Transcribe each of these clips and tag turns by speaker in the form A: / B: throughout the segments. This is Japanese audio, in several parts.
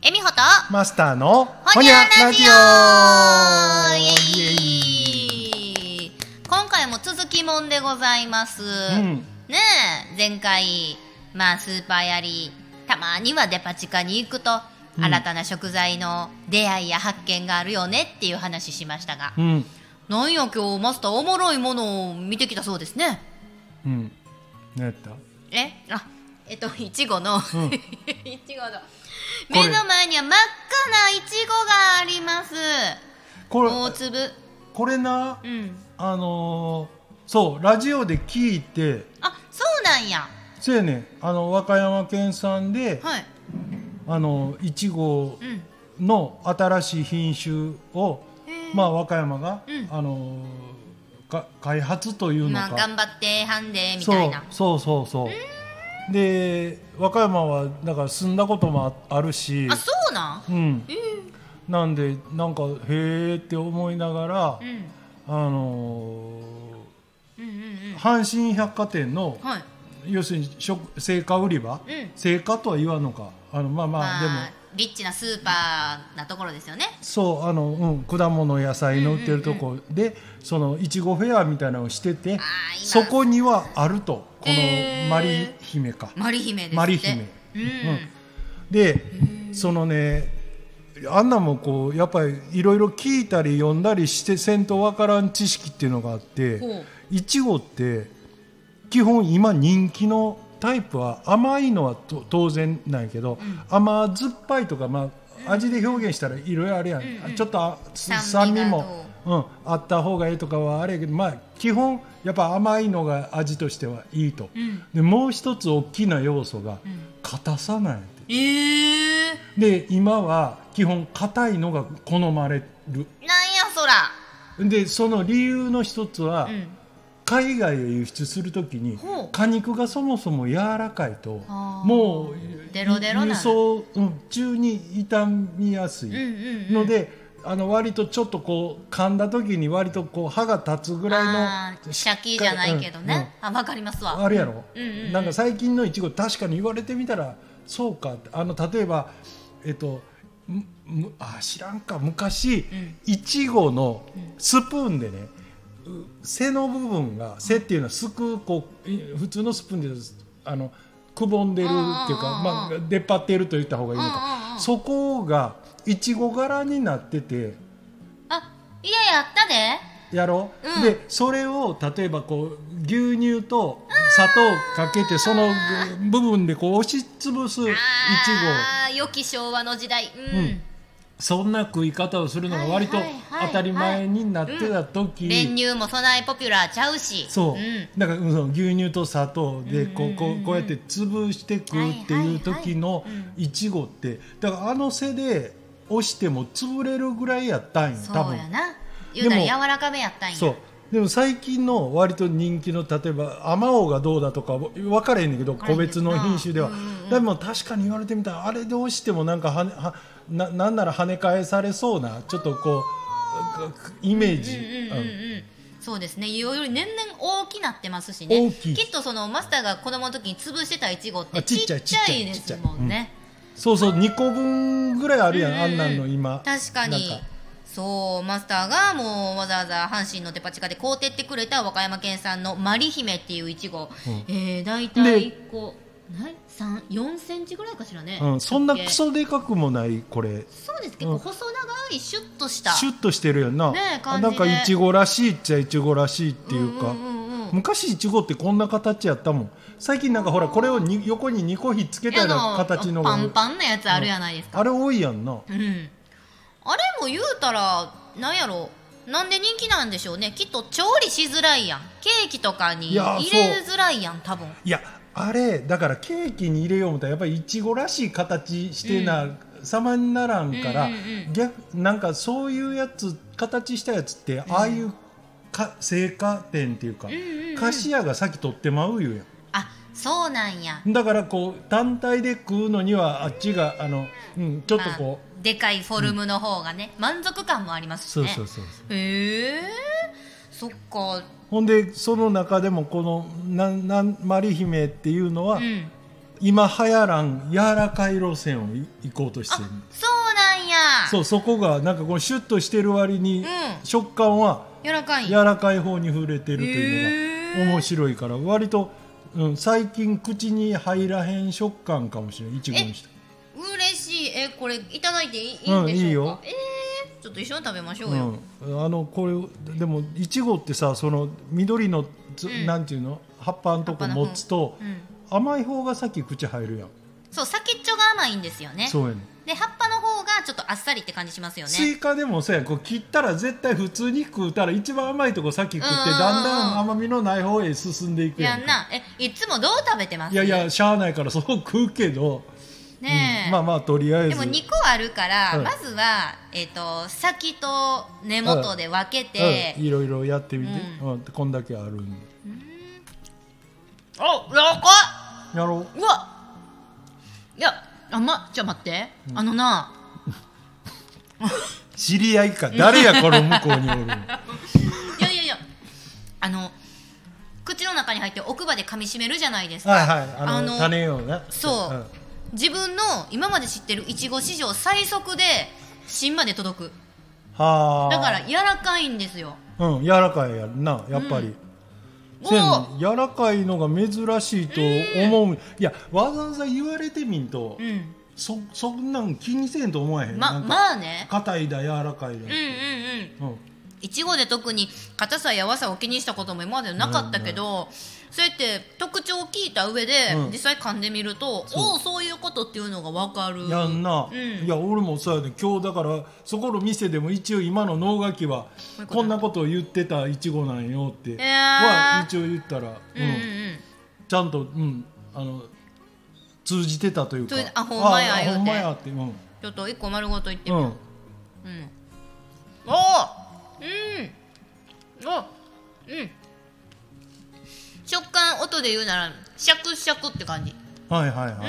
A: と
B: マスターの
A: ほにゃラジオ
B: イ
A: イエ
B: エ
A: イ今回も続きもんでございます、
B: ん
A: ねえ前回まあスーパーやりたまにはデパ地下に行くと、
B: うん
A: 新たな食材の出会いや発見があるよねっていう話しましたが、
B: うん、
A: なんや今日マスターおもろいものを見てきたそうですね
B: うん、何やった
A: えあえっといちごの、
B: ん
A: いちごの
B: れ
A: 目の前には真っ赤ないちごがあります
B: これ
A: 大粒
B: これな
A: うん
B: あのーそうラジオで聞いて
A: あそうなんや
B: せやねんあの和歌山県産で、
A: はい
B: あのいちご
A: うん
B: の新しい品種を、
A: へー
B: まあ、和歌山が、
A: うん
B: あのーか開発というの
A: ま
B: か、
A: あ頑張ってはんでみたいな
B: そうそうそうそうで和歌山はだから住んだこともああるし
A: あそうなん
B: うん、なんでなんかへえって思いながら、
A: うん
B: あの
A: うんうん
B: ー阪神百貨店の
A: うんはい
B: 要するに食青果売り場、
A: うん
B: 青果とは言わんのかあのまあまあ、
A: まあ、
B: でも
A: リッチなスーパーなところですよね
B: そうあの、うん、果物野菜の売ってるとこで、そのいちごフェアみたいなのをしてて
A: あー
B: そ
A: 今
B: こにはあるとこ
A: へー
B: のマリ姫か。
A: マリ姫ですって
B: マリ姫
A: うん、
B: でそのねあんなんもこうやっぱりいろいろ聞いたり読んだりしてせんとわからん知識っていうのがあって
A: ほ
B: いちごって基本今人気のタイプは甘いのはと当然なんやけど、甘酸っぱいとか、まあ、味で表現したらいろいろあるやん、
A: うんうん
B: ちょっとあす
A: 酸
B: 酸
A: 味が
B: 味も、うん、あった方がいいとかはあれやけど、まあ、基本やっぱ甘いのが味としてはいいと、
A: うん
B: でもう一つ大きな要素が
A: うん
B: 硬さなんやて。
A: えー、
B: で今は基本硬いのが好まれる
A: なんやそら
B: でその理由の一つは、
A: うん
B: 海外へ輸出するときに
A: ほう
B: 果肉がそもそも柔らかいと
A: あー
B: もう
A: デロデロなる
B: 輸送、うん中に傷みやすい
A: うんうんうん
B: ので、あの割とちょっとこう噛んだ時に割とこう歯が立つぐら
A: あ
B: い
A: ー
B: の
A: シャキじゃないけど
B: うんうん
A: ね、あわかりますわ
B: あるやろ、
A: うんうんうん
B: なんか最近のいちご確かに言われてみたらそうかってあの例えばえっとむむあ知らんか昔、
A: ん
B: いちごのスプーンでね、う背の部分が背っていうのはすくこうい普通のスプーンであのくぼんでるっていうか、ま
A: うんうんうん
B: あ、出っ張ってると言った方がいいの
A: うんうん
B: か
A: う、ん
B: そこがいちご柄になってて。
A: あいややったで
B: やろう、
A: うん
B: でそれを例えばこう牛乳と砂糖かけてそのぐ部分でこう押しつぶすいちご
A: ああ良き昭和の時代うん、
B: うんそんな食い方をするのが割と
A: はいはいはいはい
B: 当たり前になってた時、
A: 練乳もそないポピュラーちゃうし
B: そう、
A: ん、
B: だからうんその牛乳と砂糖でこ
A: うんう
B: うんこ
A: うんう
B: うんこうやって潰して食うっていう時
A: は
B: の
A: いはいはい
B: いちごってだからあの背で押しても潰れるぐらいやったんよ多
A: そう
B: 分
A: やな言うたら
B: でも
A: 柔らかめやったんや
B: そうでも最近の割と人気の例えばあまおうがどうだとか分かれへんねんけど
A: かれへ
B: 個
A: んけど
B: 別の品種では、
A: うんうんうん
B: でも確かに言われてみたらあれどうしてもなんかはねはななんなら跳ね返されそうなちょっとこうくくイメージ、
A: うんうんうんうんそうですねいよいよ年々大きなってますし
B: 大
A: ね
B: きい
A: きっとそのマスターが子供の時に潰してたいちごっ
B: あ
A: て
B: ち
A: ち
B: っ
A: っ
B: ち
A: ち
B: ゃ
A: ゃ
B: い
A: いで
B: ちっちゃいちっちゃ
A: す
B: い
A: もんね、
B: そうそう2個分ぐらいあるやん、
A: うん
B: あんなんの今
A: 確かに
B: なんか
A: そうマスターがもうわざわざ阪神のデパ地下で買うてってくれた和歌山県産のマリ姫っていういちご、
B: うん
A: えー、大
B: で
A: 体1個ない三4センチぐらいかしらね、
B: うん、そんな
A: 直径
B: クソでかくもないこれ
A: そうです結
B: う
A: 構
B: ん
A: 細長いシュッとした
B: シュッとしてるやんな、
A: ねえ感じ
B: な
A: で
B: んかいちごらしいっちゃいちごらしいっていうか、
A: んうんうんうん
B: 昔いちごってこんな形やったもん最近なんかほらこれをに横に2個ひっつけたような形のが
A: パンパンなやつあるやないですか、
B: あれ多いやんな
A: うんあれも言うたらなんやろなんで人気なんでしょうねきっと調理しづらいやんケーキとかに
B: いや
A: 入れづらいやん多分
B: いやあれだからケーキに入れよう思ったらやっぱりいちごらしい形してな、様にならんから、
A: うんうんうん
B: 逆なんかそういうやつ形したやつってああいうか成果店っていうか、
A: んうん
B: 菓子屋が先取ってまうよやん
A: あそうなんや
B: だからこう単体で食うのにはあっちがあの、うん、ちょっと
A: ま
B: こ
A: あでかいフォルムの方がね、満足感もありますし
B: う、
A: ね
B: そうそうそうそう
A: へえそっか
B: ほんでその中でもこのなんなんマリ姫っていうのは、
A: うん
B: 今流行らん柔らかい路線をい行こうとして
A: あ
B: る
A: そうや
B: そうそこがなんかこのシュッとしてる割に、
A: うん
B: 食感は
A: 柔らかい
B: 柔らかい方に触れてるというの
A: へー
B: が面白いから割と、うん、最近口に入らへん食感かもしれないいちごにして
A: 嬉しいえこれいただいていいいいんでしょうか、
B: うんいいよ
A: えー、ちょっと一緒に食べましょ
B: う
A: うよ、
B: ん、あのこれでもいちごってさその緑のつ、
A: うん
B: なんていうの葉っぱのと
A: 葉
B: こ
A: っぱの
B: 持つと
A: うん
B: 甘い方が先口入るやん、
A: そう先っちょが甘いんですよね
B: そうやねん
A: で葉っぱの方がちょっとあっさりって感じしますよね
B: スイカでもそうやんこう切ったら絶対普通に食うたら一番甘いとこ先食って
A: うんうんうん
B: だんだん甘みのない方へ進んでいくや
A: や
B: ん
A: ん
B: か
A: なえいつもどう食べてます
B: いやいやしゃあないからそう食うけど、
A: ねえ、
B: うんまあまあとりあえ
A: で
B: ず
A: も2個あるから、
B: うん
A: まずは、えっと先と根元で分けて、
B: うんいろいろやってみて、
A: う
B: うんこんだけあるんで
A: あ柔らか
B: やろ
A: っうわいや甘っちょっと待って、あのな
B: う知り合いか誰やこの向こうにお るの
A: いやいやいやあの口の中に入って奥歯で噛み締めるじゃないですか、
B: はいはいあの
A: あの
B: 種をね
A: そう、
B: ん
A: 自分の今まで知ってるいちご史上最速で芯まで届く
B: はあ
A: だから柔らかいんですよ
B: うん柔らかいやんなやっぱり、
A: お
B: せや
A: お
B: のに柔らかいのが珍しいと思う、いやわざわざ言われてみんと、
A: うん
B: そそんなん気にせんと思えへん
A: ま
B: なんか
A: まあね
B: 硬いだ柔らか
A: うんうんう
B: いだ、
A: ん
B: うん
A: いちごで特に硬さやわさを気にしたことも今までなかったけど、そうやって特徴を聞いた上で、
B: うん
A: 実際噛んでみると
B: そう
A: おおそういうことっていうのが分かる
B: やんな、
A: うん
B: いや俺もそうやね今日だからそこの店でも一応今の能書きは
A: こういうこと
B: こんなことを言ってたいちごなんよって
A: ー
B: は一応言った
A: う
B: ら、
A: んうんうん
B: うんちゃんと、うん、あの通じてたというか
A: 通じあほんまや
B: ああ
A: 言うて
B: ほんまやってうん、うん
A: ちょっと一個丸ごといってみ
B: う
A: よ
B: ん
A: う、うんおおうんおうん食感音で言うならシャクシャクって感じ、
B: はいはいは
A: うん
B: い、
A: うんうん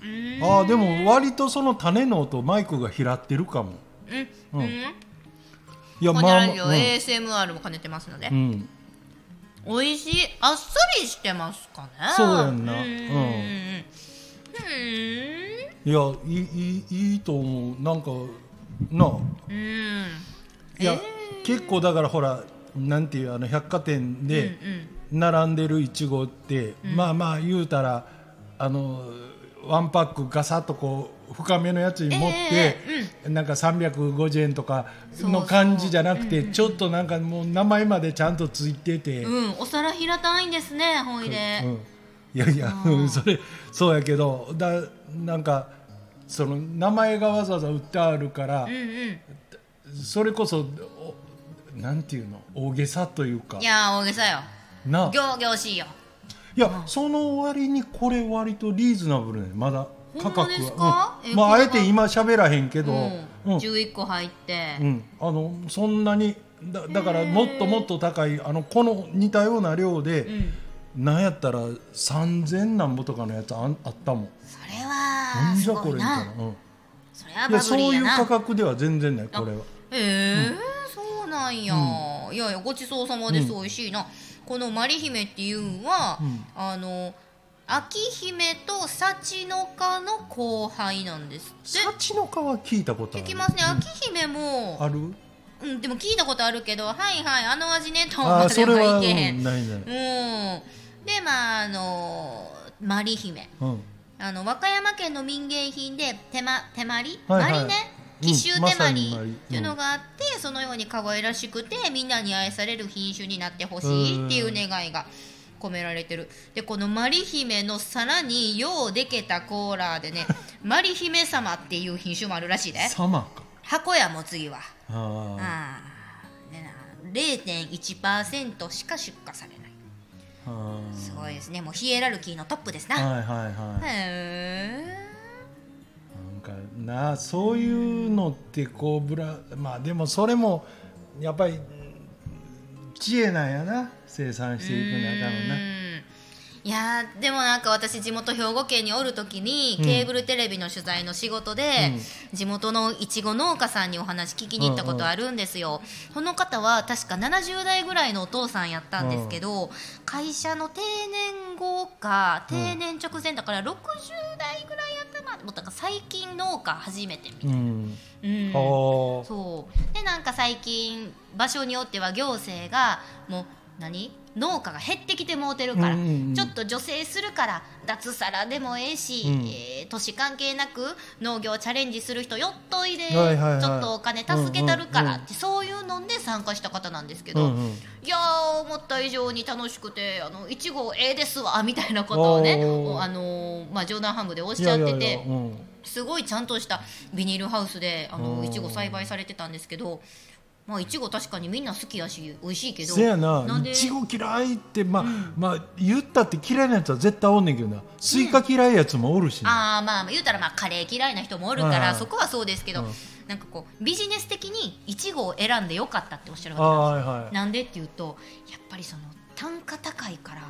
A: うーん
B: ああでも割とその種の音マイクが拾ってるかも
A: うん
B: う
A: うんん
B: いや
A: この
B: まあ
A: ラジオ
B: まあ
A: ASMR も兼ねてますので
B: う、ん、
A: 美味しいあっさりしてますかね
B: そうやんな
A: うんうんうん
B: うんいやいいいいいいと思うなんかなあ
A: うんうん
B: いや、結構だからほらなんていうあの百貨店
A: うんう
B: で
A: ん
B: 並んでるいちごって、まあまあ言うたらあのワンパックガサッとこう深めのやつに持って、
A: え
B: なんか350円とか
A: そうそ
B: の
A: う
B: 感じじゃなくてちょっとなんかもう名前までちゃんとついてて、
A: うんお皿平たいんですねほいで、
B: うんいやいや、うんそれそうやけどだなんかその名前がわざわざ売ってあるから、
A: うん、うん
B: それこそおなんていうの大げさというか
A: いやー大げさよ
B: な
A: 行々しいよ
B: いやその割にこれ割とリーズナブルねまだ価格
A: ほんまですか
B: は、
A: え
B: まあ
A: こ
B: あ
A: れは
B: えて今喋らへんけど、
A: うん、
B: うん
A: 11個入って、
B: うんあのそんなにだだからもっともっと高いあのこの似たような量で、
A: ん
B: なんやったら3000なんぼとかのやつあんあったもん
A: それは
B: 何
A: す
B: じゃ
A: ご
B: これ
A: い
B: みたい
A: な
B: な、うん、
A: それはい
B: や
A: バブ
B: そう
A: リー
B: い
A: や
B: う
A: な
B: 価格では全然ないこれは
A: ええそうなんや、いやいやごちそうさまです、美味しいなこのまり姫っていうんは、
B: うん
A: あの秋姫と幸の花の後輩なんですっ
B: 幸の川聞いたこと
A: て
B: ある
A: 聞きますね秋姫も、
B: ある
A: うんでも聞いたことあるけどはいはいあの味ねと
B: あ
A: まで
B: ーそれは、
A: は
B: うん
A: いけ
B: な
A: へ
B: い
A: ん
B: ない、
A: うんでまああのまり姫
B: うん、
A: あの和歌山県の民芸品で手ま手まり、
B: はいはい
A: まりね
B: うん
A: 紀州手まり
B: まさにまり
A: っていうのがあって、そのように可愛らしくてみんなに愛される品種になってほしいっていう願いが込められてるでこのまり姫のさらにようでけたコーラで ねまり姫様っていう品種もあるらしいで
B: サマか
A: 箱やもう次は
B: あー
A: あーねな0.1%しか出荷されない
B: あー
A: すごいですねもうヒエラルキーのトップですな
B: はいはいはい
A: へー
B: なんかなあそういうのってこうぶらまあでもそれもやっぱりうん知恵なんやな生産していく中のな
A: うんいやーでもなんか私地元兵庫県におる時に
B: うん
A: ケーブルテレビの取材の仕事で、地元のいちご農家さんにお話聞きに行ったことあるんですよ、その方は確か70代ぐらいのお父さんやったんですけど、会社の定年後か
B: うん
A: 定年直前だから60代ぐらいやったなもうだから最近農家初めて、
B: うん
A: うん
B: あー
A: そうでなんか最近場所によっては行政がもう何農家が減ってきてもうてるから、
B: うんうんうん
A: ちょっと助成するから脱サラでもええし、
B: うん
A: えー年関係なく農業チャレンジする人よっといで、
B: はいはいはい
A: ちょっとお金助けたるからって、
B: うんうん
A: そういうので参加した方なんですけ
B: う
A: ど、
B: んうん
A: いやー思った以上に楽しくてあのいちごええですわみたいなことをね
B: おー
A: おあのーまあ、冗談半分でおっしゃってて。
B: いやいやいやうん
A: すごいちゃんとしたビニールハウスであ
B: う
A: の
B: ん
A: いちご栽培されてたんですけどまあいちご確かにみんな好きやし美味しいけど
B: せやな
A: なんで
B: いちご嫌いってまあ、まあ言ったって嫌いなやつは絶対おんねんけどなスイカ嫌いやつもおるしな、
A: あーまあ言うたらまあカレー嫌いな人もおるか
B: はいは
A: ら
B: い
A: そこはそうですけど
B: うん
A: なんかこうビジネス的にいちごを選んでよかったっておっしゃる
B: ああ
A: わ
B: はい
A: け
B: はい
A: なんでっていうとやっぱりその単価高いから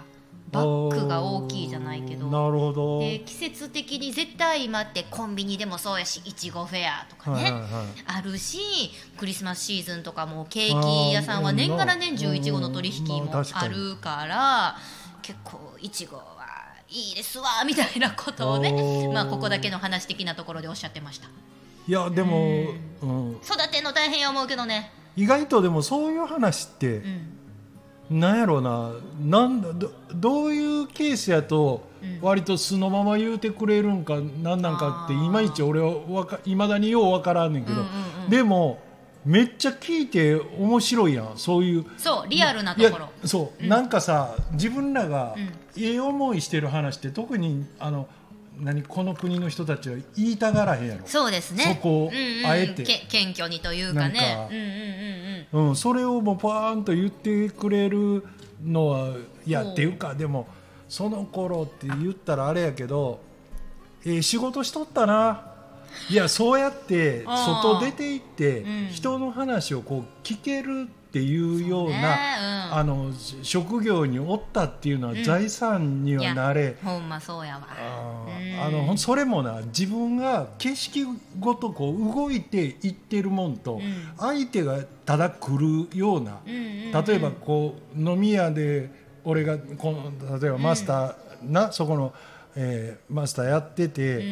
A: バッグが大きいじゃないけ
B: あー
A: ど。
B: なるほど、
A: で季節的に絶対今ってコンビニでもそうやしいちごフェアとかね、
B: はいはいはい
A: あるしクリスマスシーズンとかもケーキ屋さんは年から年中いちごの取引もあるから結構いちごはいいですわ みたいなことをね
B: おー
A: まあここだけの話的なところでおっしゃってました
B: いやでも、うん
A: 育てんの大変や思うけどね
B: 意外とでもそういう話って、
A: うん
B: なんやろうななんだどどういうケースやと
A: うん
B: 割と素のまま言うてくれるんかなんなんかって
A: あ
B: い
A: ー
B: まいち俺はいまだにようわからんねんけど、
A: うんうんうん
B: でもめっちゃ聞いて面白いやんそういう
A: そうリアルないところ
B: やそう、なんかさ自分らが
A: うん
B: ええ思いしてる話って特にあの何この国の人たちは言いたがらへんやろ
A: そうですね
B: そこを
A: うんうんうん
B: あえて
A: け謙虚にというか
B: なん
A: ね
B: か
A: うんうんうんうん
B: うん、それをもうパーンと言ってくれるのはいや
A: ほう
B: っていうかでもその頃って言ったらあれやけど、えー仕事しとったないやそうやって
A: あー
B: 外出て行って
A: うん
B: 人の話をこう聞けるっていうような、
A: ね
B: あの職業におったっていうのは
A: ん
B: 財産に
A: い
B: は
A: や
B: なれ、
A: ほんまそうやわ
B: あー
A: うん
B: あのほんそれもな自分が景色ごとこう動いていってるもんと、
A: ん
B: 相手がただ来るような、
A: うんうんうん
B: 例えばこう飲み屋で俺がこの例えばマスターな、そこの、えーマスターやってて、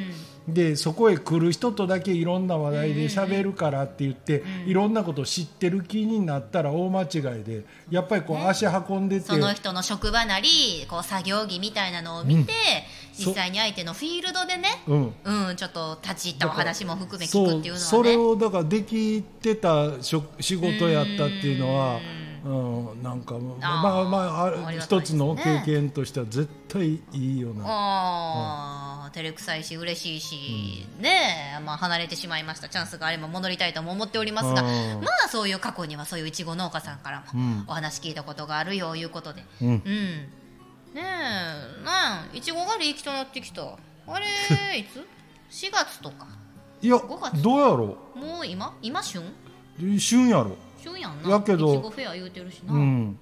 B: でそこへ来る人とだけいろんな話題で喋るからって言って、いろんなこと知ってる気になったら大間違いでやっぱりこう足運んでて、
A: その人の職場なりこう作業着みたいなのを見て、実際に相手のフィールドでね
B: うん、
A: うんちょっと立ち入ったお話も含め聞
B: そ
A: くっ
B: う
A: ていうのはね
B: それをだからできてた職仕事やったっていうのはうん、なんかまあまあまあ
A: あー
B: あ
A: あり
B: る
A: がたい
B: 一
A: です
B: つ
A: ね
B: の経験としては絶対いいよな
A: ああ、照れくさいし嬉しいし、ねえ、まあ、離れてしまいましたチャンスがあれば戻りたいとも思っておりますが、
B: うん
A: まあそういう過去にはそういういちご農家さんから
B: うん
A: もお話聞いたことがあるよいうことで
B: う
A: うん
B: ん、
A: ねえまあいちご狩り行きとなってきたあ れいつ ?4 月とか
B: いや
A: 五月
B: どうやろ
A: もう今今旬
B: う旬やろ
A: 旬やんな
B: やけど
A: いちごフェア言うてるしな
B: う
A: うん、
B: ん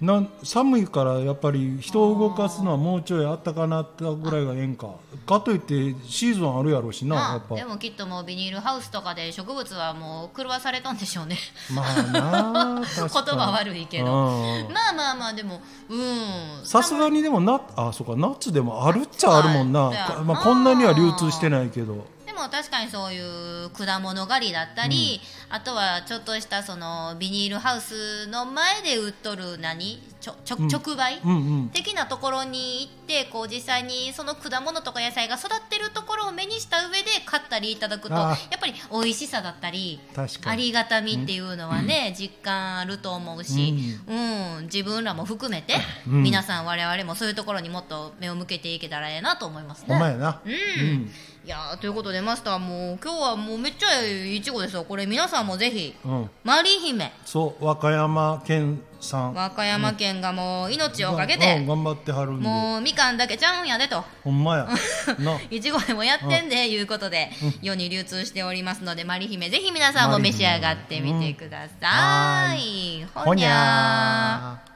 B: なん寒いからやっぱり人を動かすのはもうちょいあったかなったぐらいがええんかかといってシーズンあるやろうしなや
A: ま
B: っ
A: あ
B: ぱ
A: でもきっともうビニールハウスとかで植物はもう狂わされたんでしょうね
B: まあなあ
A: 言
B: 確かに
A: 葉悪いけど
B: うん
A: まあまあまあでもうん
B: さすがにでもなあそうかナッツでもあるっちゃあるもんな、
A: はい
B: か
A: そうや
B: まあ、
A: な
B: こんなには流通してないけど
A: でも確かにそういう果物狩りだったり、あとはちょっとしたそのビニールハウスの前で売っとる何ちょちょ直売、
B: うんうん
A: 的なところに行ってこう実際にその果物とか野菜が育ってるところを目にした上で買ったりいただくとや
B: あ
A: っぱり美味しさだったり
B: 確
A: あ
B: かに
A: りがたみっていうのはね、実感あると思うし、うん自分らも含めて、
B: うん
A: 皆さん我々もそういうところにもっと目を向けていけたらええなと思います
B: ほんま
A: ね。
B: やな、
A: うん
B: うん
A: いやーということでマスターもう今日はもうめっちゃいいちごですよこれ皆さんもぜひ
B: うん、
A: マリー姫
B: そう和歌山県さん
A: 和歌山県がもう命をかけ
B: うん
A: て
B: 頑張ってはるんで
A: もうみかんだけちゃうんやでと。
B: ほん まやない
A: ちごでもやってんで、いうことで、世に流通しておりますので、マリ姫、ぜひ皆さんも召し上がってみてください。
B: ほにゃー